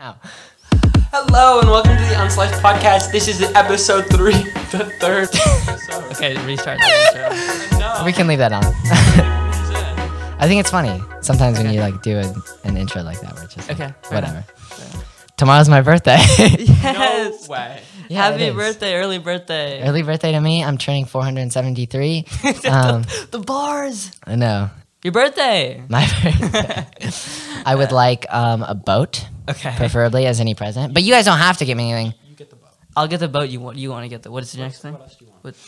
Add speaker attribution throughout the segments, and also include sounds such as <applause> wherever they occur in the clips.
Speaker 1: Ow. Hello and welcome to the Unsliced podcast. This is episode three, <laughs> the third episode.
Speaker 2: Okay, restart. That,
Speaker 1: No,
Speaker 2: we can leave that on. <laughs>
Speaker 1: it's it.
Speaker 2: I think it's funny sometimes when
Speaker 1: Okay.
Speaker 2: you like do an, an intro like that, where it's just like,
Speaker 3: Okay, fair
Speaker 2: whatever. Tomorrow's my
Speaker 3: <laughs>
Speaker 2: birthday. <laughs>
Speaker 1: no
Speaker 3: Yes.
Speaker 1: way.
Speaker 2: Yeah, it
Speaker 3: Happy
Speaker 2: is.
Speaker 3: birthday, early birthday.
Speaker 2: Early birthday to me. I'm turning
Speaker 3: <laughs>
Speaker 2: 473. um,
Speaker 3: the bars.
Speaker 2: I know
Speaker 3: Your birthday.
Speaker 2: my
Speaker 3: <laughs>
Speaker 2: birthday. I would like um, a boat,
Speaker 3: Okay.
Speaker 2: preferably as any present. But you guys don't have to give me anything.
Speaker 1: You get the boat.
Speaker 3: I'll get the boat you want. You want to get the. What is the next thing?
Speaker 1: What else do you want?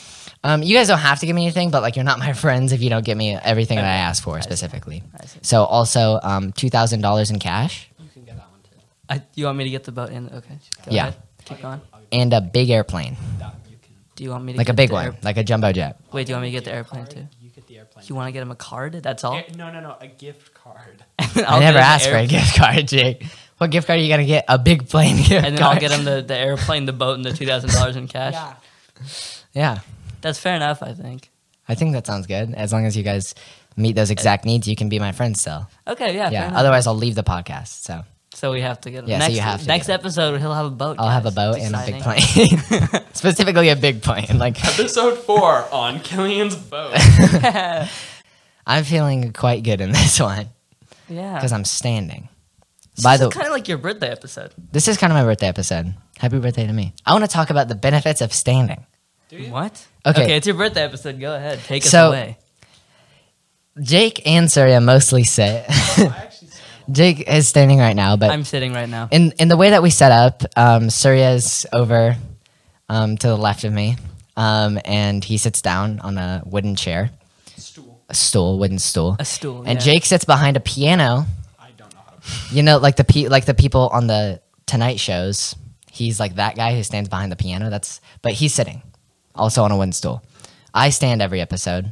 Speaker 2: Um, you guys don't have to give me anything, but like you're not my <laughs> friends if you don't give me everything that I asked for specifically.
Speaker 3: I see.
Speaker 2: So also um, two thousand dollars in cash
Speaker 1: You can get that one too.
Speaker 3: I, you want me to get the boat in? Okay. Go
Speaker 2: Yeah.
Speaker 3: ahead. Keep going.
Speaker 2: and a big airplane,
Speaker 1: That you can.
Speaker 3: Do you want me to
Speaker 2: like a
Speaker 3: get
Speaker 2: big
Speaker 3: the
Speaker 2: one,
Speaker 3: air-
Speaker 2: like a jumbo jet.
Speaker 3: Wait. Do you want me to get the
Speaker 1: a
Speaker 3: airplane
Speaker 1: card,
Speaker 3: too?
Speaker 1: You get the airplane.
Speaker 3: You want to get him a card? That's all. <laughs>
Speaker 1: Eh, no, no, no. A gift card.
Speaker 2: i never asked for a gift card, Jake. What gift card are you gonna get? A big plane gift
Speaker 3: And then I'll get him the, the airplane, the boat, and the two thousand dollars in cash.
Speaker 1: yeah.
Speaker 2: <laughs> Yeah,
Speaker 3: That's fair enough, I think.
Speaker 2: I think that sounds good. As long as you guys meet those exact needs, you can be my friend still.
Speaker 3: Okay. Yeah. fair
Speaker 2: Yeah.
Speaker 3: enough.
Speaker 2: Otherwise, I'll leave the podcast. So
Speaker 3: so we have to get.
Speaker 2: Yeah, so
Speaker 3: Next,
Speaker 2: you have to
Speaker 3: next
Speaker 2: get
Speaker 3: episode, he'll have a boat.
Speaker 2: I'll have a
Speaker 3: guys.
Speaker 2: boat
Speaker 3: It's
Speaker 2: and a big
Speaker 3: exciting.
Speaker 2: plane, <laughs> specifically a big plane. Like
Speaker 1: Episode four on Killian's <laughs> boat.
Speaker 2: I'm feeling quite good in this <laughs> one
Speaker 3: <laughs>
Speaker 2: <laughs>
Speaker 3: yeah.
Speaker 2: because I'm standing. By the
Speaker 3: kind of like your birthday episode.
Speaker 2: this is kind of my birthday episode. Happy birthday to me. I want to talk about the benefits of standing.
Speaker 1: Do you?
Speaker 3: What?
Speaker 2: Okay.
Speaker 3: it's your birthday episode. Go ahead, take
Speaker 2: So-
Speaker 3: us away.
Speaker 2: Jake and Surya mostly sit. <laughs>
Speaker 1: I actually <laughs> said
Speaker 2: Jake is standing right now, but
Speaker 3: I'm sitting right now.
Speaker 2: in in the way that we set up, um, Surya's over um, to the left of me, um, and he sits down on a wooden chair,
Speaker 1: stool.
Speaker 2: a stool, wooden stool,
Speaker 3: A stool.
Speaker 2: and
Speaker 3: yeah.
Speaker 2: Jake sits behind a piano.
Speaker 1: I don't know how to.
Speaker 2: You know, like the pe- like the people on the Tonight shows. He's like that guy who stands behind the piano. That's but he's sitting, also on a wooden stool. I stand every episode.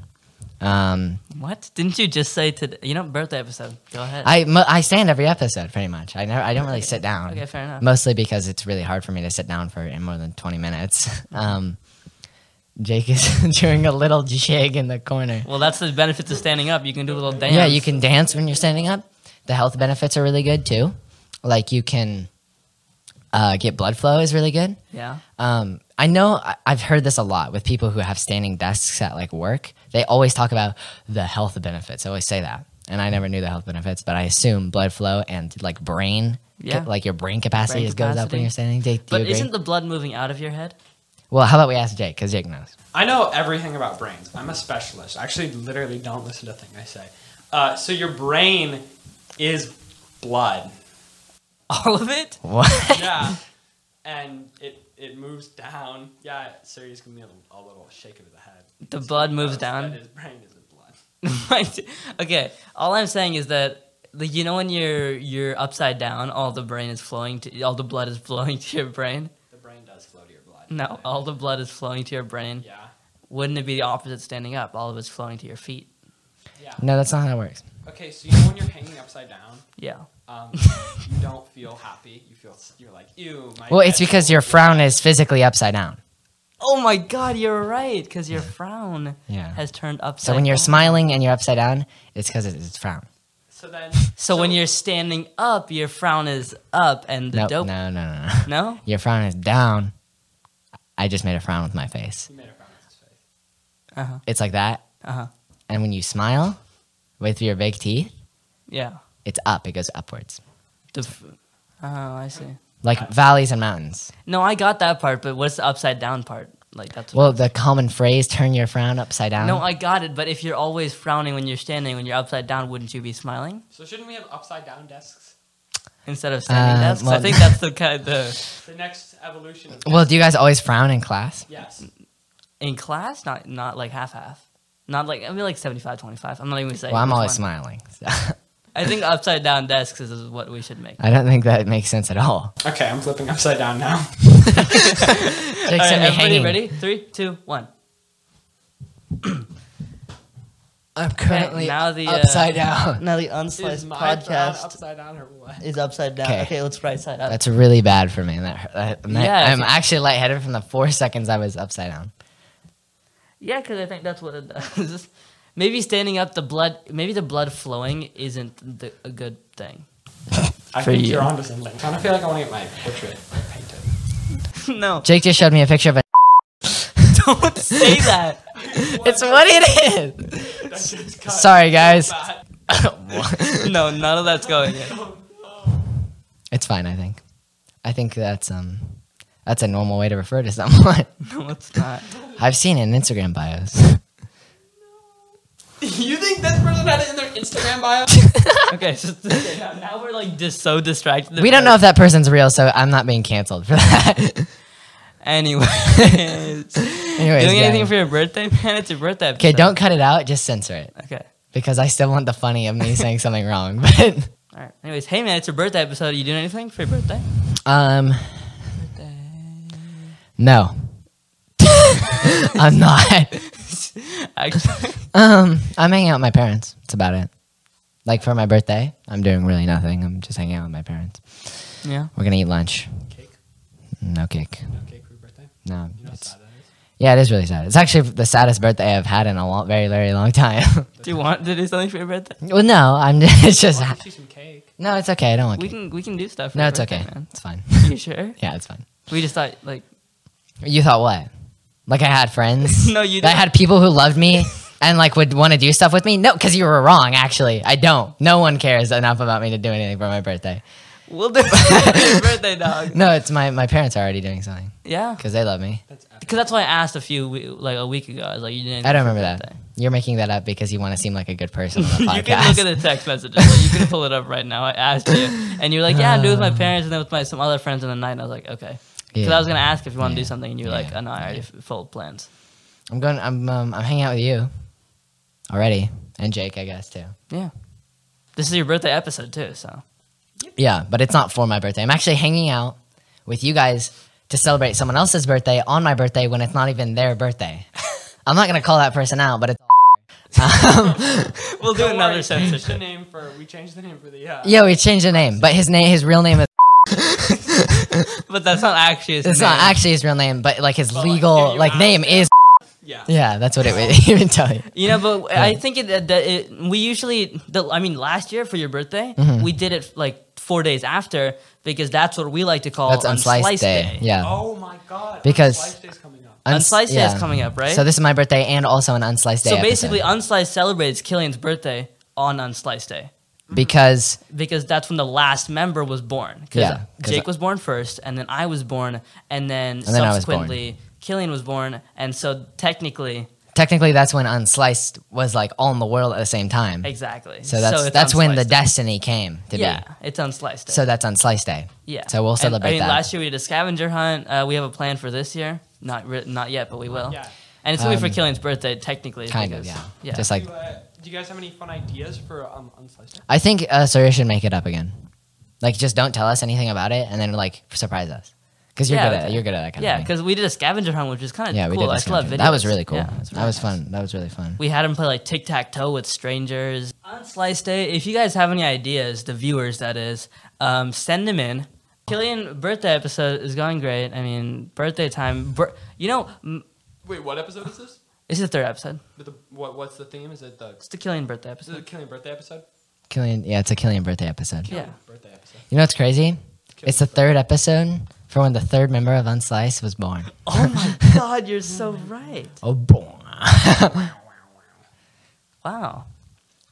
Speaker 2: Um,
Speaker 3: What? Didn't you just say today? You know, birthday episode. Go ahead.
Speaker 2: I mo- I stand every episode pretty much. I never I don't really sit down.
Speaker 3: okay, fair enough.
Speaker 2: mostly because it's really hard for me to sit down for in more than 20 minutes. <laughs> Um, Jake is <laughs> doing a little jig in the corner.
Speaker 3: Well, that's the benefits of standing up. You can do a little dance.
Speaker 2: Yeah, you can dance when you're standing up. The health benefits are really good too. Like you can uh, get blood flow is really good.
Speaker 3: Yeah.
Speaker 2: Um, I know I- I've heard this a lot with people who have standing desks at like work. They always talk about the health benefits. They always say that. And I never knew the health benefits, but I assume blood flow and like brain,
Speaker 3: Yeah.
Speaker 2: like your brain capacity,
Speaker 3: Brain
Speaker 2: is goes up when
Speaker 3: capacity.
Speaker 2: you're standing. Jake, do you
Speaker 3: But
Speaker 2: agree?
Speaker 3: isn't the blood moving out of your head? <laughs>
Speaker 2: Well, how about we ask Jake because Jake knows.
Speaker 1: I know everything about brains. I'm a specialist. I actually literally don't listen to a thing I say. Uh, so your brain is blood.
Speaker 3: All of it? <laughs>
Speaker 2: What?
Speaker 1: Yeah. and it it moves down. Yeah, Sirius giving me a little, a little shake of the head.
Speaker 3: The blood moves
Speaker 1: That's- that
Speaker 3: down.
Speaker 1: His brain is in blood.
Speaker 3: okay. All I'm saying is that the, you know when you're you're upside down, all the brain is flowing to all the blood is <laughs> flowing to your brain.
Speaker 1: The brain does flow to your blood.
Speaker 3: No, all the blood is flowing to your brain.
Speaker 1: Yeah.
Speaker 3: Wouldn't it be the opposite standing up? All of it's flowing to your feet.
Speaker 1: Yeah.
Speaker 2: <laughs> No, that's not how it works.
Speaker 1: Okay, so you know when you're hanging upside down,
Speaker 3: Yeah. <laughs>
Speaker 1: um, you don't feel happy. You feel s- you're like ew. My
Speaker 2: Well, it's
Speaker 1: head."
Speaker 2: because your frown is physically upside down.
Speaker 3: Oh my god, you're right, because your frown
Speaker 2: Yeah.
Speaker 3: has turned upside
Speaker 2: So when you're
Speaker 3: down.
Speaker 2: smiling and you're upside down, it's because it's frown.
Speaker 1: So then.
Speaker 3: So, when you're standing up, your frown is up and the
Speaker 2: No,
Speaker 3: dope.
Speaker 2: no, no, no, no.
Speaker 3: No?
Speaker 2: Your frown is down. I just made a frown with my face.
Speaker 1: You made a frown on his face.
Speaker 3: Uh huh.
Speaker 2: It's like that.
Speaker 3: Uh huh.
Speaker 2: And when you smile with your big teeth,
Speaker 3: Yeah.
Speaker 2: it's up. It goes upwards,
Speaker 3: The f- oh, I see.
Speaker 2: like valleys and mountains.
Speaker 3: No, I got that part, but what's the upside down part? Like that's
Speaker 2: Well, um, the common phrase "turn your frown upside down."
Speaker 3: no, I got it. But if you're always frowning when you're standing, when you're upside down, wouldn't you be smiling
Speaker 1: So shouldn't we have upside down desks?
Speaker 3: instead of standing
Speaker 2: Uh,
Speaker 3: desks?
Speaker 2: well- <laughs>
Speaker 3: I think that's the kind of the,
Speaker 1: The next evolution. Of
Speaker 2: well, do you guys always frown in class?
Speaker 1: Yes.
Speaker 3: in class, not not like half half, not like I mean like 75, 25. I'm not even saying.
Speaker 2: Well, I'm
Speaker 3: which
Speaker 2: always
Speaker 3: one.
Speaker 2: smiling. so <laughs>
Speaker 3: I think upside down desks is what we should make.
Speaker 2: I don't think that makes sense at
Speaker 3: <laughs>
Speaker 2: all.
Speaker 1: Okay, I'm flipping upside down now.
Speaker 2: Jake sent me
Speaker 3: everybody
Speaker 2: hanging.
Speaker 3: ready? Three, two, one.
Speaker 2: I'm
Speaker 3: currently now the, uh,
Speaker 2: upside down.
Speaker 3: Now the
Speaker 1: Is
Speaker 3: unsliced
Speaker 1: my frown upside down or what?
Speaker 3: is upside down.
Speaker 2: Okay.
Speaker 3: let's right side
Speaker 2: <laughs>
Speaker 3: up.
Speaker 2: That's really bad for me. That, hurt- that, that-
Speaker 3: Yeah,
Speaker 2: I'm
Speaker 3: it's-
Speaker 2: actually lightheaded from the four seconds I was upside down.
Speaker 3: Yeah, because I think that's what it does. <laughs> maybe standing up, the blood, maybe the blood flowing isn't the, a good thing.
Speaker 1: I
Speaker 2: For
Speaker 1: think
Speaker 2: you.
Speaker 1: you're onto something. I kind of feel like I want to get my portrait
Speaker 2: <laughs>
Speaker 1: painted.
Speaker 3: <laughs> no,
Speaker 2: Jake just showed me a picture of a.
Speaker 3: don't <laughs> say that.
Speaker 2: <laughs> It's what it is.
Speaker 1: That's just cut
Speaker 2: Sorry, guys.
Speaker 1: back.
Speaker 3: <laughs> No, none of that's going in.
Speaker 2: It's fine. I think. I think that's um, that's a normal way to refer to someone.
Speaker 3: <laughs>
Speaker 2: <laughs>
Speaker 3: No, it's not.
Speaker 2: I've seen it in Instagram
Speaker 3: <laughs>
Speaker 2: bios.
Speaker 1: <laughs> You think this person had it in their Instagram bio?
Speaker 3: Okay, so <laughs> now, now we're like just so distracted.
Speaker 2: We
Speaker 3: <laughs>
Speaker 2: don't know if that person's real, so I'm not being canceled for <laughs> that.
Speaker 3: Anyway,
Speaker 2: Anyways,
Speaker 3: doing anything
Speaker 2: yeah.
Speaker 3: for your birthday, <laughs> man? It's your birthday.
Speaker 2: Okay,
Speaker 3: episode.
Speaker 2: don't cut it out. Just censor it
Speaker 3: Okay.
Speaker 2: because I still want the funny of
Speaker 3: <laughs>
Speaker 2: me saying something wrong. <laughs> But
Speaker 3: All right. Anyways, hey man, it's your birthday episode. Are you doing anything for
Speaker 2: <laughs>
Speaker 3: your birthday?
Speaker 2: um, no, <laughs> I'm not.
Speaker 3: Actually,
Speaker 2: Um, I'm hanging out with my parents. That's about it. Like for my birthday, I'm doing really nothing. I'm just hanging out with my parents.
Speaker 3: yeah.
Speaker 2: We're gonna eat lunch.
Speaker 1: Cake?
Speaker 2: No cake.
Speaker 1: No cake for your birthday?
Speaker 2: No.
Speaker 1: You know how
Speaker 2: it's-
Speaker 1: sad that
Speaker 2: yeah, it is really sad. It's actually the saddest birthday I've had in a long, very, very long time. <laughs>
Speaker 3: Do you want to do something for your birthday?
Speaker 2: well, no, I'm. <laughs> It's
Speaker 1: is?
Speaker 2: just.
Speaker 1: I'll get you some cake.
Speaker 2: No, it's okay. I don't want
Speaker 3: We
Speaker 2: cake.
Speaker 3: can we can do stuff. For
Speaker 2: No,
Speaker 3: your
Speaker 2: it's
Speaker 3: birthday,
Speaker 2: okay.
Speaker 3: Man.
Speaker 2: It's fine. <laughs>
Speaker 3: You <laughs> sure?
Speaker 2: Yeah, it's fine.
Speaker 3: We just thought like
Speaker 2: You thought what? Like I had friends?
Speaker 3: <laughs> No, you
Speaker 2: That I
Speaker 3: didn't.
Speaker 2: had people who loved
Speaker 3: <laughs>
Speaker 2: me and like would want to do stuff with me? No, because you were wrong. Actually, I don't. No one cares enough about me to do anything for my birthday.
Speaker 3: we'll do it for <laughs> your birthday, dog.
Speaker 2: No, it's my my parents are already doing something
Speaker 3: Yeah.
Speaker 2: because they love me.
Speaker 1: That's
Speaker 2: <laughs>
Speaker 1: epic.
Speaker 3: Because that's why I asked a few we- like a week ago. I was like, you didn't.
Speaker 2: I don't remember that. You're making that up because you want to seem like a good person on the podcast.
Speaker 3: <laughs> You can look at the text messages. Like, you can pull it up right now. I asked you, <laughs> and you're like, "Yeah, I'm doing it with my parents and then with my some other friends in the night." And I was like, "Okay."
Speaker 2: <laughs>
Speaker 3: Because
Speaker 2: Yeah.
Speaker 3: I was gonna ask if you want to
Speaker 2: Yeah.
Speaker 3: do something, and you're like,
Speaker 2: Yeah.
Speaker 3: "Oh no, I already f- fold plans."
Speaker 2: I'm going. I'm um, I'm hanging out with you already and Jake, I guess too.
Speaker 3: Yeah. This is your birthday episode too, so
Speaker 2: Yeah, but it's not for my birthday. I'm actually hanging out with you guys to celebrate someone else's birthday on my birthday when it's not even their birthday. <laughs> I'm not gonna call that person out, but it's
Speaker 3: we'll do
Speaker 1: Don't worry, we
Speaker 3: another
Speaker 1: changed the
Speaker 3: censorship.
Speaker 1: name for we changed the name for the uh,
Speaker 2: yo. We changed the name, but his name, his real name is.
Speaker 3: <laughs> But that's not actually. His
Speaker 2: It's
Speaker 3: name.
Speaker 2: not actually his real name, but like his
Speaker 1: But, like,
Speaker 2: legal
Speaker 1: if you
Speaker 2: like
Speaker 1: ask
Speaker 2: name
Speaker 1: him-
Speaker 2: is.
Speaker 1: yeah.
Speaker 2: Yeah, that's what it would <laughs> even tell you.
Speaker 3: You know, but I think it, that it, we usually, the, I mean, last year for your birthday,
Speaker 2: Mm-hmm.
Speaker 3: we did it like four days after because that's what we like to call
Speaker 2: That's unsliced, day. Yeah.
Speaker 1: Oh my god.
Speaker 2: Because-
Speaker 1: Slice Day's coming up.
Speaker 2: Uns-
Speaker 3: Unsliced day
Speaker 2: yeah.
Speaker 3: is coming up, right?
Speaker 2: So this is my birthday and also an unsliced day.
Speaker 3: So basically, um,
Speaker 2: episode.
Speaker 3: Unsliced celebrates Killian's birthday on Unsliced Day
Speaker 2: because
Speaker 3: because that's when the last member was born. 'Cause
Speaker 2: Yeah, 'cause
Speaker 3: Jake
Speaker 2: I-
Speaker 3: was born first, and then I was born, and then
Speaker 2: then I was born.
Speaker 3: subsequently Killian was born, and so technically,
Speaker 2: technically that's when unsliced was like all in the world at the same time.
Speaker 3: exactly.
Speaker 2: So that's
Speaker 3: it's
Speaker 2: that's when the
Speaker 3: Unsliced Day.
Speaker 2: destiny came to
Speaker 3: yeah,
Speaker 2: be.
Speaker 3: it's Unsliced Day.
Speaker 2: So that's unsliced day.
Speaker 3: Yeah.
Speaker 2: So we'll
Speaker 3: And,
Speaker 2: celebrate
Speaker 3: I mean,
Speaker 2: that.
Speaker 3: Last year we did a scavenger hunt. Uh, we have a plan for this year. Not re- not yet, but we will.
Speaker 1: Yeah.
Speaker 3: And it's gonna be
Speaker 2: Um,
Speaker 3: for Killian's birthday, technically.
Speaker 2: kind of
Speaker 3: because-
Speaker 2: yeah.
Speaker 3: Yeah.
Speaker 2: Just like
Speaker 1: do, you, uh, do you guys have any fun ideas for um, Unsliced Day?
Speaker 2: I think uh, Surya should make it up again. Like just don't tell us anything about it, and then like surprise us because you're
Speaker 3: Yeah,
Speaker 2: good at
Speaker 3: okay.
Speaker 2: you're good at that kind
Speaker 3: yeah,
Speaker 2: of thing.
Speaker 3: because we did a scavenger hunt, which is kind of
Speaker 2: yeah, we
Speaker 3: cool.
Speaker 2: did.
Speaker 3: I
Speaker 2: this
Speaker 3: still have
Speaker 2: kind of-
Speaker 3: videos.
Speaker 2: That was really cool.
Speaker 3: Yeah, it's
Speaker 2: that
Speaker 3: really
Speaker 2: was
Speaker 3: nice.
Speaker 2: fun. That was really fun.
Speaker 3: We had him play like tic tac toe with strangers. On Slice Day, if you guys have any ideas, the viewers that is, um, send them in. Killian birthday episode is going great. I mean, birthday time. Bir- you know, m-
Speaker 1: Wait, what episode is this?
Speaker 3: this is the third episode.
Speaker 1: With the, what, what's the theme? Is it the
Speaker 3: It's the Killian birthday
Speaker 1: is it the <laughs>
Speaker 3: episode.
Speaker 1: Killian birthday episode?
Speaker 2: Killian, yeah, it's a Killian birthday episode.
Speaker 3: Yeah.
Speaker 1: Birthday episode.
Speaker 2: You know what's crazy? It's the
Speaker 1: Killian's
Speaker 2: third episode for when the third member of Unsliced was born.
Speaker 3: Oh my god, you're so right.
Speaker 2: Oh, born.
Speaker 3: Wow.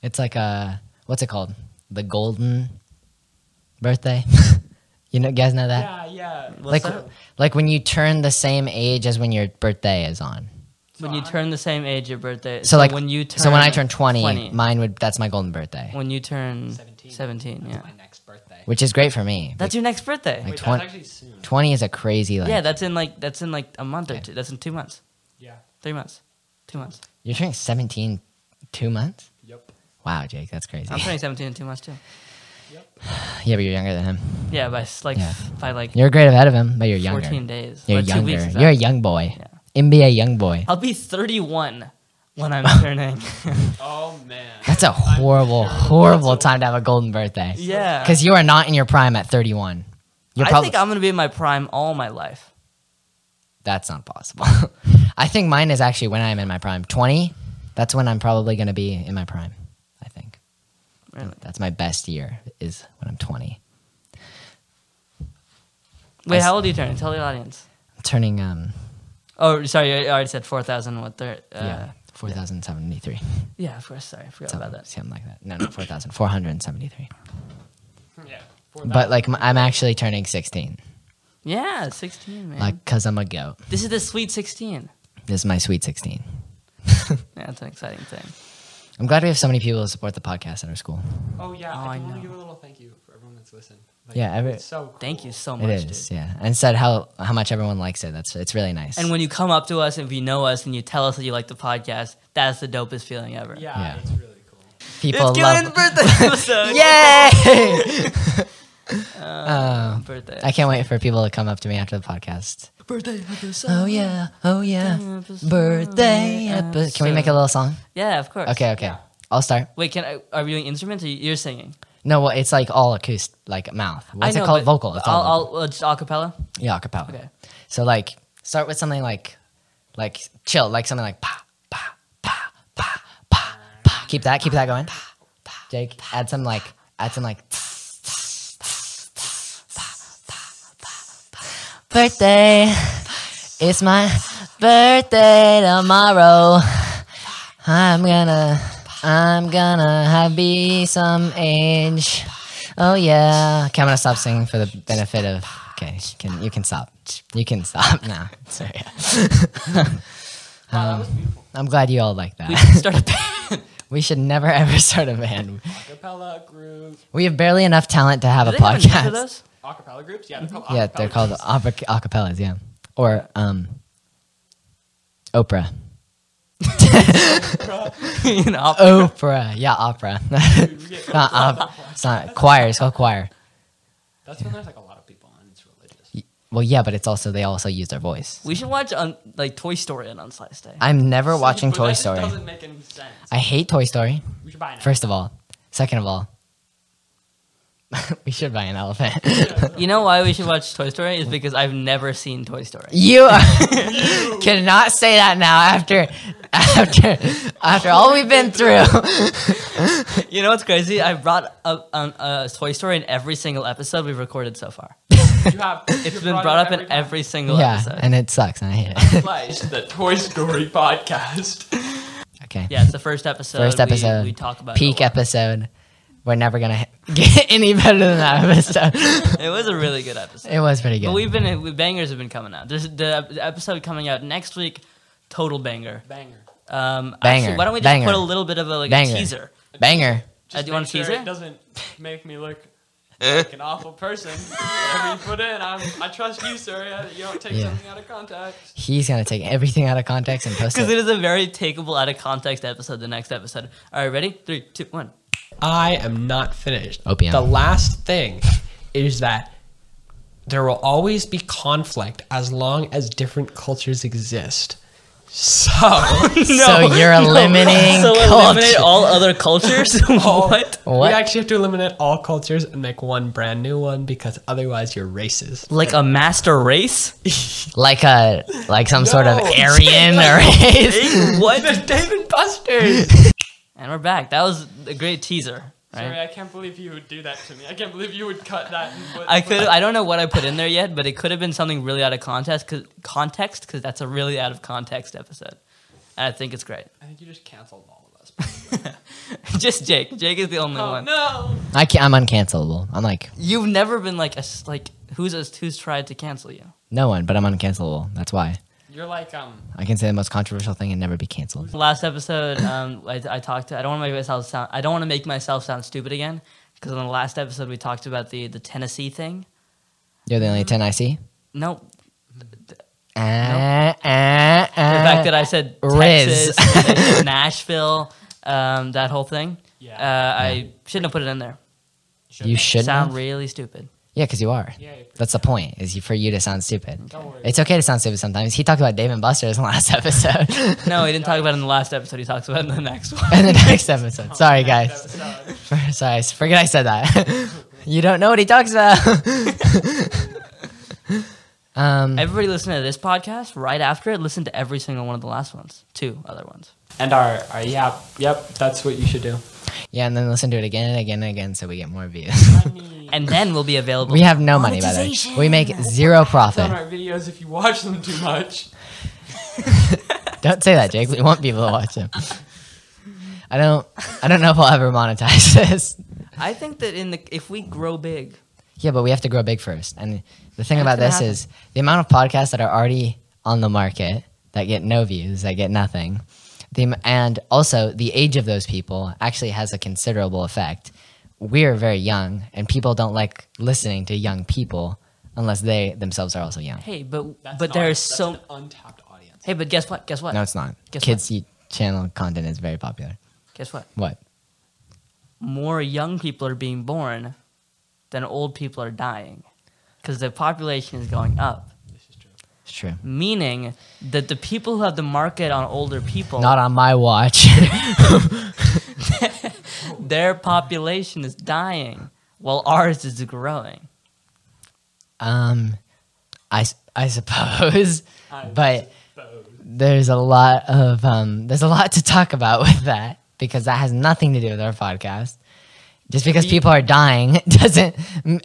Speaker 2: It's like a what's it called? The golden birthday. <laughs> you know, you guys know that.
Speaker 1: Yeah, yeah.
Speaker 2: like
Speaker 3: What's that?
Speaker 2: like when you turn the same age as when your birthday is on.
Speaker 3: when you
Speaker 1: So I-
Speaker 3: turn the same age, your birthday.
Speaker 2: So, like
Speaker 3: when you turn.
Speaker 2: so when I turn 20, mine would that's my golden birthday,
Speaker 3: when you turn 17,
Speaker 1: 17.
Speaker 3: yeah.
Speaker 1: That's my next birthday.
Speaker 2: which is great for me.
Speaker 3: That's your next birthday.
Speaker 2: Like
Speaker 1: Wait,
Speaker 2: twen-
Speaker 1: that's actually soon.
Speaker 2: 20 is a crazy like
Speaker 3: yeah, that's in like that's in like a month or
Speaker 2: Okay.
Speaker 3: two. That's in two months,
Speaker 1: Yeah.
Speaker 3: three months, two months.
Speaker 2: you're turning 17 2 months?
Speaker 1: Yep.
Speaker 2: Wow, Jake, that's crazy.
Speaker 3: I'm turning 17 in two months too.
Speaker 2: <laughs> yeah, but you're younger than him.
Speaker 3: Yeah, by s- like
Speaker 2: Yeah.
Speaker 3: by like
Speaker 2: You're great ahead of him, but you're
Speaker 3: 14
Speaker 2: younger.
Speaker 3: days.
Speaker 2: You're
Speaker 3: or two
Speaker 2: younger.
Speaker 3: Weeks, in
Speaker 2: you're a
Speaker 3: fact.
Speaker 2: young boy.
Speaker 3: Yeah.
Speaker 2: NBA young
Speaker 3: <laughs>
Speaker 2: boy.
Speaker 3: I'll be 31 when
Speaker 2: <laughs>
Speaker 3: I'm turning.
Speaker 1: Oh man.
Speaker 2: That's a horrible,
Speaker 1: sure
Speaker 2: horrible
Speaker 1: that's a-
Speaker 2: time to have a golden birthday. <laughs>
Speaker 3: yeah,
Speaker 2: Cuz you are not in your prime at 31. You're
Speaker 3: I
Speaker 2: probably
Speaker 3: think I'm gonna be in my prime all my life.
Speaker 2: that's not possible. <laughs> I think mine is actually when I'm in my prime. 20, that's when I'm probably going to be in my prime, I think.
Speaker 3: Really.
Speaker 2: That's my best year is when I'm 20.
Speaker 3: Wait,
Speaker 2: I
Speaker 3: how old are you turning? Tell the audience.
Speaker 2: turning um
Speaker 3: Oh, sorry, I already said 4,000. What third? Uh,
Speaker 2: yeah four thousand seventy three
Speaker 3: yeah, of course. Sorry, I forgot
Speaker 2: something,
Speaker 3: about that.
Speaker 2: something like that. No, no, four thousand four hundred seventy
Speaker 3: <laughs>
Speaker 2: three.
Speaker 1: Yeah.
Speaker 2: But like m- I'm actually turning sixteen,
Speaker 3: Yeah, 16, man.
Speaker 2: like cause I'm a goat.
Speaker 3: this is the sweet 16.
Speaker 2: This is my sweet sixteen.
Speaker 3: Yeah, that's an exciting thing.
Speaker 2: I'm glad we have so many people to support the podcast at our school.
Speaker 1: Oh yeah,
Speaker 3: Oh,
Speaker 1: I,
Speaker 3: I
Speaker 1: do want
Speaker 3: know.
Speaker 1: to give a little thank you for everyone that's listened. Like,
Speaker 2: Yeah, every-
Speaker 1: it's so cool.
Speaker 3: Thank you so
Speaker 2: It
Speaker 3: much. dude.
Speaker 2: is, yeah. And said how how much everyone likes it. That's it's really nice.
Speaker 3: And when you come up to us and if you know us and you tell us that you like the podcast, that's the dopest feeling ever.
Speaker 1: Yeah,
Speaker 2: Yeah.
Speaker 1: it's really cool.
Speaker 2: people
Speaker 3: it's Gillian's
Speaker 2: love,
Speaker 3: <laughs> birthday episode.
Speaker 2: yay! <laughs>
Speaker 3: Uh, birthday.
Speaker 2: I can't wait for people to come up to me after the podcast.
Speaker 3: birthday episode.
Speaker 2: Oh yeah, oh yeah, birthday. Epi- can we make a little song?
Speaker 3: Yeah, of course.
Speaker 2: Okay, okay.
Speaker 1: Yeah.
Speaker 2: I'll start.
Speaker 3: Wait, can I, are we doing instruments or you're singing?
Speaker 2: No, well, it's like all acoustic, like mouth. What's
Speaker 3: I
Speaker 2: it
Speaker 3: know,
Speaker 2: called?
Speaker 3: but
Speaker 2: Vocal. It's all
Speaker 3: I'll,
Speaker 2: vocal.
Speaker 3: I'll, uh, just
Speaker 2: <laughs>
Speaker 3: acapella.
Speaker 2: yeah, acapella.
Speaker 3: Okay.
Speaker 2: So like, start with something like, like chill, like something like pa pa pa pa pa pa. Keep that, keep that going. Jake, add some like, add some like. Birthday, it's my birthday tomorrow. I'm gonna, I'm gonna have be some age. Oh yeah. Okay, I'm gonna stop singing for the benefit of. Okay, you can you can stop. You can stop <laughs> now. Sorry.
Speaker 1: Wow, that
Speaker 2: Um,
Speaker 1: was beautiful.
Speaker 2: I'm glad you all like
Speaker 3: We
Speaker 2: that.
Speaker 3: <laughs> should start a band.
Speaker 2: We should never <laughs> ever start a band.
Speaker 1: Acapella group,
Speaker 2: We have barely enough talent to have a
Speaker 3: Do <laughs> they have a name for
Speaker 2: podcast.
Speaker 3: those?
Speaker 1: acapella groups. Yeah, they're called.
Speaker 2: Yeah, they're
Speaker 1: acapella
Speaker 2: called
Speaker 1: groups.
Speaker 2: opera, acapellas. Yeah, or um, Oprah.
Speaker 3: you know, I'll-
Speaker 2: Oprah. Yeah, opera. <laughs> not op- It's not choir. It's called choir.
Speaker 1: That's when there's like a lot of people and it's religious.
Speaker 2: Well, yeah, but it's also they also use their voice.
Speaker 3: we should watch on like Toy Story on Unsliced Day.
Speaker 2: I'm never watching
Speaker 1: But
Speaker 2: Toy
Speaker 1: that just
Speaker 2: Story.
Speaker 1: Doesn't make any sense.
Speaker 2: I hate Toy Story.
Speaker 1: We should buy an
Speaker 2: First of all, second of all, <laughs> we should buy an elephant. <laughs>
Speaker 3: You know why we should watch Toy Story is because I've never seen Toy Story.
Speaker 2: You are, <laughs> cannot say that now after after after all we've been through. <laughs>
Speaker 3: You know what's crazy? I brought up um, uh, Toy Story in every single episode we've recorded so far.
Speaker 1: apple. <laughs> You have,
Speaker 3: It's been brought up in every single
Speaker 2: yeah,
Speaker 3: episode.
Speaker 2: and it sucks. And I hate
Speaker 1: <laughs>
Speaker 2: it.
Speaker 1: place. The Toy Story
Speaker 3: <laughs>
Speaker 1: podcast.
Speaker 2: Okay.
Speaker 3: yeah, it's the first episode.
Speaker 2: First
Speaker 3: we-
Speaker 2: episode.
Speaker 3: We, talk about
Speaker 2: Peak
Speaker 3: it. a lot.
Speaker 2: episode. We're never gonna <laughs> h- get any better than that episode. <laughs>
Speaker 3: It was a really good episode.
Speaker 2: it was pretty
Speaker 3: But
Speaker 2: good.
Speaker 3: we've been we- bangers have been coming out. There's the ep- episode coming out next week. Total banger.
Speaker 1: Banger.
Speaker 3: Um,
Speaker 2: Banger.
Speaker 3: Actually, why don't we just
Speaker 2: Banger.
Speaker 3: put a little bit of a like
Speaker 2: Banger.
Speaker 3: a teaser?
Speaker 2: Banger.
Speaker 3: Uh, do you want
Speaker 1: make
Speaker 3: a teaser?
Speaker 1: It doesn't <laughs> make me
Speaker 2: <laughs>
Speaker 1: look
Speaker 2: Eh?
Speaker 1: like an awful person. Whatever you put in, I'm, I trust you, sir. You don't take
Speaker 2: Yeah.
Speaker 1: something out of context.
Speaker 2: He's gonna take everything out of context and
Speaker 3: <laughs>
Speaker 2: post
Speaker 3: Because
Speaker 2: it.
Speaker 3: it is a very takeable out of context episode. The next episode. All right, ready? Three, two, one.
Speaker 4: I am not finished.
Speaker 2: Opium.
Speaker 4: The last thing is that there will always be conflict as long as different cultures exist. So <laughs>
Speaker 3: <laughs>
Speaker 2: so you're eliminating
Speaker 3: so
Speaker 2: culture.
Speaker 3: eliminate all other cultures. <laughs> what?
Speaker 4: we
Speaker 2: What?
Speaker 4: actually have to eliminate all cultures and make one brand new one because otherwise you're racist.
Speaker 3: Like a master <laughs> race?
Speaker 2: like a like some sort of
Speaker 4: No.
Speaker 2: Aryan <laughs> race.
Speaker 3: what?
Speaker 4: The Dave and Buster's.
Speaker 3: And we're back. That was a great teaser,
Speaker 1: Sorry,
Speaker 3: right?
Speaker 1: I can't believe you would do that to me. I can't believe you would cut that. and put-
Speaker 3: I could. I don't know what I put in there yet, but it could have been something really out of context. Cause, context, because that's a really out of context episode. And I think it's great. <laughs>
Speaker 1: I think you just canceled all of us.
Speaker 3: Just Jake. Jake is the only
Speaker 1: Oh
Speaker 3: one.
Speaker 1: no!
Speaker 2: I can't, I'm uncancelable. I'm like
Speaker 3: You've never been like a s like who's a, who's tried to cancel you.
Speaker 2: no one, but I'm uncancelable. That's why
Speaker 1: You're like um.
Speaker 2: I can say the most controversial thing and never be canceled.
Speaker 3: Last episode, um, I, I talked. To, I don't want to make myself sound. I don't want to make myself sound stupid again. Because on the last episode, we talked about the the Tennessee thing.
Speaker 2: You're the only ten
Speaker 3: Mm-hmm.
Speaker 2: I see.
Speaker 3: No,
Speaker 2: Uh, uh,
Speaker 3: the
Speaker 2: uh.
Speaker 3: fact that I said
Speaker 2: Riz. <laughs>
Speaker 3: Texas, Nashville, um, that whole thing.
Speaker 1: Yeah.
Speaker 3: Uh, I shouldn't have put it in there.
Speaker 2: you shouldn't.
Speaker 3: Sound
Speaker 2: have.
Speaker 3: really stupid.
Speaker 2: yeah, because you are.
Speaker 1: Yeah, you're pretty-
Speaker 2: That's the point. Is you- for you to sound stupid.
Speaker 1: Don't worry.
Speaker 2: It's okay to sound stupid sometimes. He talked about Dave and Buster's in the last <laughs> episode
Speaker 3: No, he didn't talk about it in the last episode. He talks about it in the next one.
Speaker 2: and the next episode. Sorry,
Speaker 1: Next
Speaker 2: guys. <laughs>
Speaker 1: episode.
Speaker 2: Sorry, I forget I said that. <laughs> you don't know what he talks about. <laughs> um,
Speaker 3: Everybody listen to this podcast right after it. Listen to every single one of the last ones, two other ones.
Speaker 1: And our, our yeah, yep, that's what you should do.
Speaker 2: Yeah, and then listen to it again and again and again so we get more views. <laughs>
Speaker 3: and then we'll be available.
Speaker 2: we have no money, by the way. We make zero
Speaker 1: on
Speaker 2: profit.
Speaker 1: our videos if you watch them too much.
Speaker 2: Don't say that, Jake. We want people to watch them. I don't. I don't know if I'll ever monetize <laughs> this.
Speaker 3: I think that in the if we grow big,
Speaker 2: Yeah, but we have to grow big first. And the thing
Speaker 3: That's
Speaker 2: about
Speaker 3: gonna
Speaker 2: this
Speaker 3: happen.
Speaker 2: is the amount of podcasts that are already on the market that get no views, that get nothing. The, am- and also, the age of those people actually has a considerable effect. We're very young, and people don't like listening to young people unless they themselves are also young.
Speaker 3: hey, but
Speaker 1: That's
Speaker 3: but
Speaker 1: an
Speaker 3: there are
Speaker 1: audience. That's
Speaker 3: so
Speaker 1: an untapped audience.
Speaker 3: hey, but guess what? Guess what?
Speaker 2: No, it's not.
Speaker 3: Guess
Speaker 2: Kids y- channel content is very popular.
Speaker 3: Guess what?
Speaker 2: What?
Speaker 3: More young people are being born than old people are dying because the population is going up.
Speaker 1: This is true.
Speaker 2: It's true.
Speaker 3: Meaning that the people who have the market on older people,
Speaker 2: Not on my watch. <laughs>
Speaker 3: their population is dying while ours is growing.
Speaker 2: um, I, s- I suppose.
Speaker 1: I
Speaker 2: <laughs> But
Speaker 1: suppose.
Speaker 2: there's a lot of um, there's a lot to talk about with that because that has nothing to do with our podcast. Just because
Speaker 1: We-
Speaker 2: people are dying <laughs> doesn't,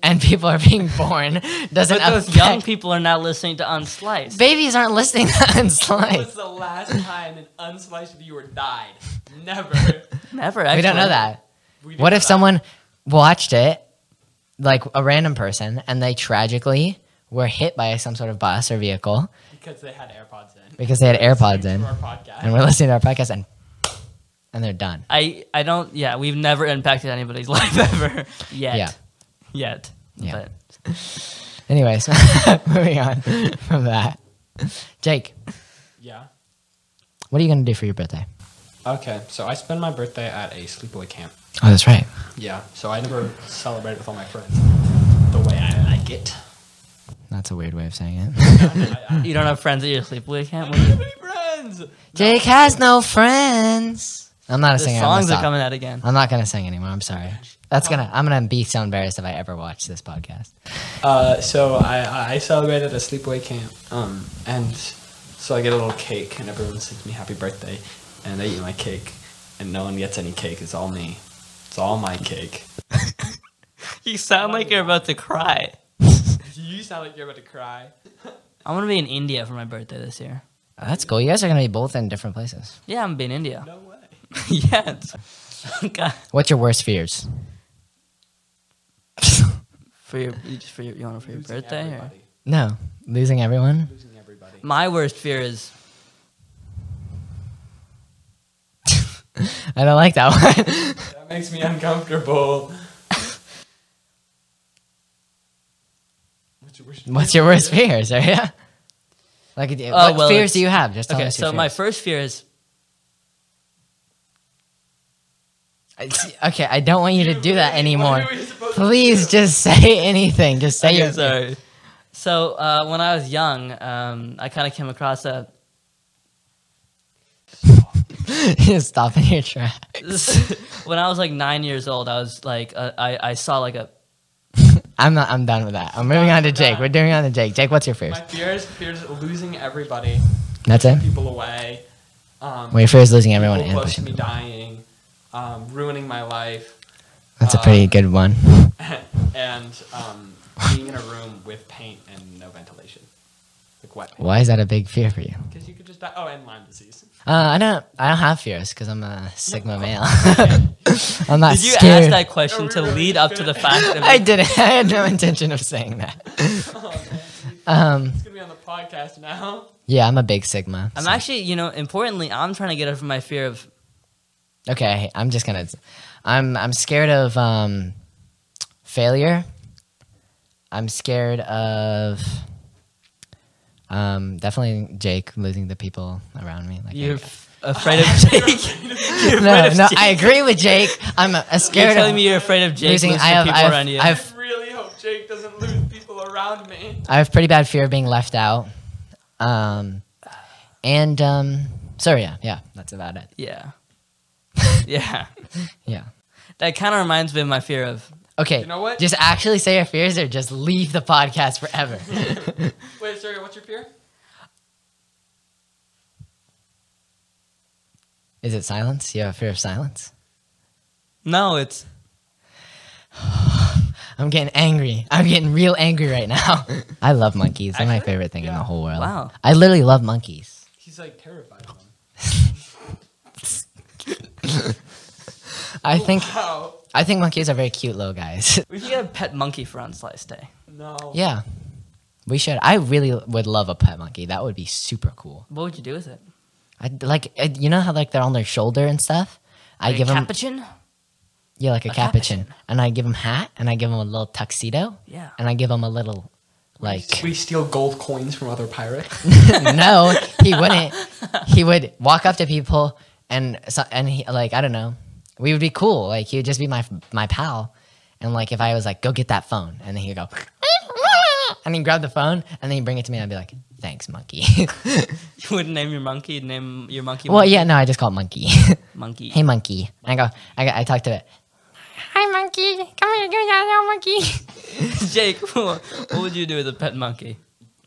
Speaker 2: and people are being
Speaker 1: <laughs>
Speaker 2: born doesn't
Speaker 3: But those
Speaker 2: affect.
Speaker 3: young people are now listening to Unsliced.
Speaker 2: Babies aren't listening <laughs> on
Speaker 1: When
Speaker 2: Slice.
Speaker 1: was the last time an unsliced viewer died? Never.
Speaker 2: <laughs>
Speaker 3: Never.
Speaker 2: We
Speaker 3: Actually.
Speaker 2: don't know that.
Speaker 1: We do
Speaker 2: What
Speaker 1: know
Speaker 2: if
Speaker 1: that.
Speaker 2: someone watched it, like a random person, and they tragically were hit by some sort of bus or vehicle
Speaker 1: because they had AirPods in?
Speaker 2: because they had AirPods
Speaker 1: Listening
Speaker 2: in
Speaker 1: to our podcast.
Speaker 2: and were listening to our podcast and and they're done.
Speaker 3: I I don't. Yeah, we've never impacted anybody's <laughs> life ever yet.
Speaker 2: Yeah.
Speaker 3: Yet.
Speaker 2: Yeah.
Speaker 3: But
Speaker 2: Anyways, <laughs> moving on from that. Jake,
Speaker 1: Yeah.
Speaker 2: what are you gonna do for your birthday?
Speaker 1: Okay, so I spend my birthday at a sleepaway camp.
Speaker 2: Oh, that's right.
Speaker 1: Yeah, so I never celebrate with all my friends the way I like it.
Speaker 2: That's a weird way of saying
Speaker 3: <laughs>
Speaker 2: it.
Speaker 1: I,
Speaker 3: you don't have friends at your sleepaway
Speaker 1: I, I
Speaker 3: camp.
Speaker 1: don't have any friends.
Speaker 2: Jake has no friends. I'm not a
Speaker 3: The
Speaker 2: singer.
Speaker 3: songs
Speaker 2: I'm,
Speaker 3: are
Speaker 2: gonna stop.
Speaker 3: coming out again.
Speaker 2: I'm not gonna sing anymore. I'm sorry. That's gonna. I'm gonna be so embarrassed if I ever watch this podcast.
Speaker 1: Uh, so I- I, I celebrated at a sleepaway camp, um, and so I get a little cake, and everyone sings me happy birthday, and they eat my cake, and no one gets any cake. It's all me. It's all my cake.
Speaker 3: You sound like you're about to cry.
Speaker 1: You sound like you're about to cry.
Speaker 3: I'm gonna be in India for my birthday this year.
Speaker 2: Oh, that's cool. You guys are gonna be both in different places.
Speaker 3: Yeah, I'm gonna be in India. <laughs>
Speaker 1: No way.
Speaker 3: yeah. it's- <laughs> God.
Speaker 2: What's your worst fears?
Speaker 3: For your you just for your you want it for your
Speaker 1: Losing
Speaker 3: birthday? or-
Speaker 1: Everybody.
Speaker 2: no, losing everyone.
Speaker 1: Losing everybody.
Speaker 3: My worst fear is
Speaker 2: I don't like that <laughs> one.
Speaker 1: That makes me uncomfortable. <laughs> What's your wish?
Speaker 2: What's your worst fears? <laughs> Are you? Like, what
Speaker 3: Uh, well,
Speaker 2: fears
Speaker 3: it's-
Speaker 2: do you have? Just tell
Speaker 3: okay.
Speaker 2: us your
Speaker 3: So my
Speaker 2: fears.
Speaker 3: first fear is
Speaker 2: I- see- okay, I don't want you to do that
Speaker 1: What
Speaker 3: <laughs>
Speaker 2: anymore.
Speaker 1: are we <laughs> supposed to
Speaker 2: Please
Speaker 1: do?
Speaker 2: just say anything. Just say
Speaker 3: Okay,
Speaker 2: your.
Speaker 3: <laughs> sorry. So uh, when I was young, um, I kind of came across a <laughs>
Speaker 2: just <laughs> stop in your track.
Speaker 3: when I was like nine years old, I was like, uh, I, I saw like a.
Speaker 2: I'm not. I'm done with that. I'm moving on to Jake.
Speaker 1: done.
Speaker 2: We're doing on to Jake. Jake, what's your fears?
Speaker 1: My fears, fears of losing everybody,
Speaker 2: That's it.
Speaker 1: people away. Um,
Speaker 2: Well, your fear is losing everyone
Speaker 1: people
Speaker 2: and
Speaker 1: close to
Speaker 2: pushing
Speaker 1: me
Speaker 2: people.
Speaker 1: dying, um, ruining my life,
Speaker 2: That's a
Speaker 1: uh,
Speaker 2: pretty good one.
Speaker 1: and um, being in a room with paint and no ventilation, like wet paint.
Speaker 2: Why is that a big fear for you?
Speaker 1: Because you could just die. Oh, and Lyme disease.
Speaker 2: Uh, I don't. I don't have fears because I'm a sigma male. <laughs> I'm not
Speaker 3: Did you
Speaker 2: scared.
Speaker 3: ask that question
Speaker 1: No,
Speaker 3: to
Speaker 1: we really
Speaker 3: lead up to the
Speaker 1: shouldn't.
Speaker 3: fact <laughs> that
Speaker 2: I didn't. <laughs> I had no intention of saying that. Um,
Speaker 1: It's gonna be on the podcast now.
Speaker 2: yeah, I'm a big sigma.
Speaker 3: I'm
Speaker 2: so-
Speaker 3: actually, you know, importantly, I'm trying to get over my fear of
Speaker 2: Okay, I'm just gonna. I'm I'm scared of um, failure. I'm scared of um, definitely Jake losing the people around me. Like
Speaker 3: <laughs>
Speaker 2: I,
Speaker 3: you're f- afraid of Jake.
Speaker 2: <laughs>
Speaker 3: you're
Speaker 2: no,
Speaker 3: afraid of
Speaker 2: no,
Speaker 3: Jake.
Speaker 2: I agree with Jake. I'm uh,
Speaker 3: You're
Speaker 2: scared
Speaker 3: telling
Speaker 2: of
Speaker 3: me you're afraid of Jake
Speaker 2: losing.
Speaker 3: losing
Speaker 2: I have
Speaker 3: people
Speaker 2: I have,
Speaker 3: around you.
Speaker 2: I have
Speaker 1: I really hope Jake doesn't lose people around me.
Speaker 2: I have pretty bad fear of being left out. Um, and um, so yeah, yeah, that's about it.
Speaker 3: yeah, <laughs> yeah.
Speaker 2: Yeah.
Speaker 3: That kind of reminds me of my fear of.
Speaker 2: Okay.
Speaker 1: You know what?
Speaker 2: Just actually say your fears, or just leave the podcast forever. <laughs>
Speaker 1: Wait, sorry. What's your fear?
Speaker 2: Is it silence? You have a fear of silence?
Speaker 3: No, it's
Speaker 2: I'm getting angry. I'm getting real angry right now. <laughs> I love monkeys. They're my favorite thing in the whole world.
Speaker 3: Wow.
Speaker 2: I literally love monkeys.
Speaker 1: He's like terrified of them.
Speaker 2: I think
Speaker 1: Wow.
Speaker 2: I think monkeys are very cute little guys. <laughs>
Speaker 3: we should get a pet monkey for Unsliced Day.
Speaker 1: No.
Speaker 2: yeah. We should. I really would love a pet monkey. That would be super cool.
Speaker 3: What would you do with it?
Speaker 2: I like uh, you know how like they're on their shoulder and stuff. I
Speaker 3: Like
Speaker 2: give
Speaker 3: a
Speaker 2: them
Speaker 3: capuchin.
Speaker 2: yeah like a,
Speaker 3: a
Speaker 2: capuchin. Oh. and I give them hat and I give them a little tuxedo
Speaker 3: Yeah.
Speaker 2: and I give them a little like
Speaker 1: We steal gold coins from other pirates.
Speaker 2: no he wouldn't he would walk up to people and so, and he, like I don't know we would be cool like he would just be my my pal and like if I was like go get that phone and then he'd go <laughs> and he'd grab the phone and then he'd bring it to me and I'd be like thanks monkey
Speaker 3: <laughs>
Speaker 2: <laughs>
Speaker 3: You wouldn't name your monkey. you'd Name your monkey.
Speaker 2: well
Speaker 3: monkey.
Speaker 2: yeah no I just call it monkey <laughs>
Speaker 3: Monkey.
Speaker 2: hey monkey and I go I, go, I talk to it hi monkey come here give me that little monkey.
Speaker 3: <laughs> Jake, <laughs> what what would you do with a pet monkey? <laughs>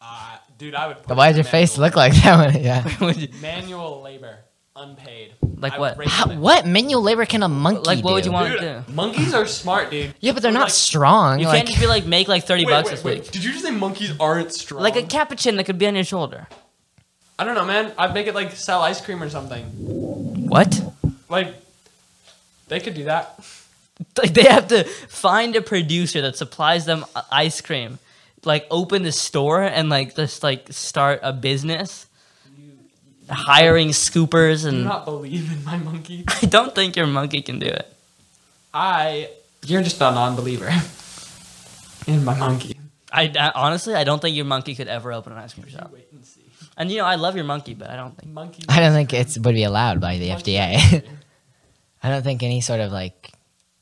Speaker 1: Uh, dude, I would. put
Speaker 2: Why
Speaker 1: it
Speaker 2: does your
Speaker 1: in
Speaker 2: face
Speaker 1: manual-
Speaker 2: look like that? One? <laughs>
Speaker 3: <laughs>
Speaker 2: Yeah.
Speaker 3: Would you-
Speaker 1: Manual labor, unpaid.
Speaker 3: Like
Speaker 1: I would
Speaker 3: what?
Speaker 1: rape
Speaker 2: How,
Speaker 1: them.
Speaker 2: what manual labor can a monkey
Speaker 3: like, what would
Speaker 2: do?
Speaker 3: you want
Speaker 1: Dude,
Speaker 3: to do?
Speaker 1: monkeys are smart, dude.
Speaker 2: Yeah, but they're
Speaker 1: We're
Speaker 2: not
Speaker 1: like-
Speaker 2: strong.
Speaker 3: You
Speaker 2: like,
Speaker 3: can't just be like make like thirty
Speaker 1: Wait,
Speaker 3: bucks
Speaker 1: wait,
Speaker 3: this
Speaker 1: wait.
Speaker 3: week.
Speaker 1: Did you just say monkeys aren't strong?
Speaker 3: Like a capuchin that could be on your shoulder.
Speaker 1: I don't know, man. I'd make it like sell ice cream or something.
Speaker 3: What?
Speaker 1: Like, they could do that.
Speaker 3: <laughs> Like they have to find a producer that supplies them i- ice cream, like open the store and like just like start a business, hiring scoopers
Speaker 1: Do
Speaker 2: Hmm.
Speaker 3: <laughs> and.
Speaker 1: not believe in my monkey.
Speaker 3: I don't think your monkey can do it.
Speaker 1: I. You're just a non-believer <laughs> in my monkey.
Speaker 3: I, I- honestly, I don't think your monkey could ever open an ice cream
Speaker 1: You
Speaker 3: shop.
Speaker 1: wait and see.
Speaker 3: And you know, I love your monkey, but I don't think <laughs>
Speaker 1: Monkey.
Speaker 2: <laughs> I don't think it would be allowed by the
Speaker 1: monkey-
Speaker 2: FDA. <laughs> I don't think any sort of like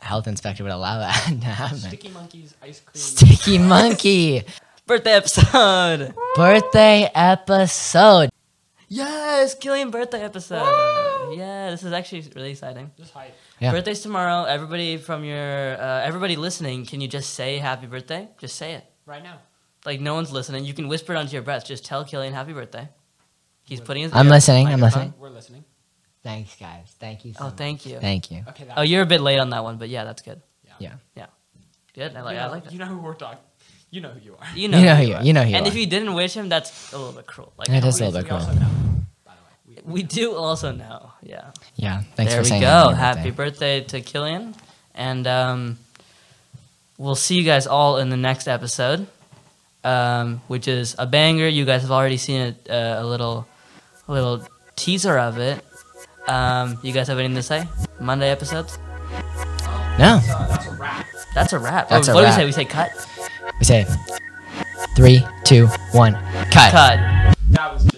Speaker 2: health inspector would allow that <laughs> to happen.
Speaker 1: Sticky monkeys, ice cream.
Speaker 2: Sticky
Speaker 3: <laughs>
Speaker 2: monkey
Speaker 3: birthday episode.
Speaker 2: birthday episode.
Speaker 3: Yes, Killian birthday episode. Yeah, this is actually really exciting.
Speaker 1: just hide.
Speaker 2: Yeah.
Speaker 3: Birthday's tomorrow. Everybody from your uh, everybody listening, can you just say happy birthday? Just say it.
Speaker 1: Right now.
Speaker 3: Like no one's listening. You can whisper it onto your breath. Just tell Killian happy birthday. He's putting his.
Speaker 2: I'm
Speaker 3: ear-
Speaker 2: listening, I'm
Speaker 3: microphone.
Speaker 2: listening.
Speaker 1: We're listening.
Speaker 2: Thanks, guys. Thank you. So
Speaker 3: Oh,
Speaker 2: much.
Speaker 3: thank you.
Speaker 2: Thank you.
Speaker 1: Okay. That
Speaker 3: Oh, you're a bit late on that one, but yeah, that's good.
Speaker 2: Yeah.
Speaker 3: Yeah. Good. I like.
Speaker 1: you know,
Speaker 3: I like that.
Speaker 1: You know who we're talking. You know who you are.
Speaker 3: You
Speaker 2: You know who you-
Speaker 3: are.
Speaker 2: you know who you
Speaker 3: And if
Speaker 2: are.
Speaker 3: you didn't wish him, that's a little bit cruel. Like
Speaker 2: That
Speaker 3: come
Speaker 2: is a
Speaker 3: on.
Speaker 2: little bit
Speaker 1: We also
Speaker 2: cool.
Speaker 1: know, by the way. We-
Speaker 3: We do also know. Yeah.
Speaker 2: Yeah. Thanks
Speaker 3: there
Speaker 2: for saying
Speaker 3: we go.
Speaker 2: that.
Speaker 3: Happy birthday to Killian, and um, we'll see you guys all in the next episode, um, which is a banger. You guys have already seen a, uh, a little, a little teaser of it. Um, you guys have anything to say? Monday episodes.
Speaker 2: No.
Speaker 1: Uh, that's a wrap.
Speaker 3: That's a wrap.
Speaker 2: That's
Speaker 3: Oh,
Speaker 2: a
Speaker 3: what
Speaker 2: wrap.
Speaker 3: do we say? We say cut.
Speaker 2: We say three, two, one,
Speaker 3: Cut.
Speaker 1: That was.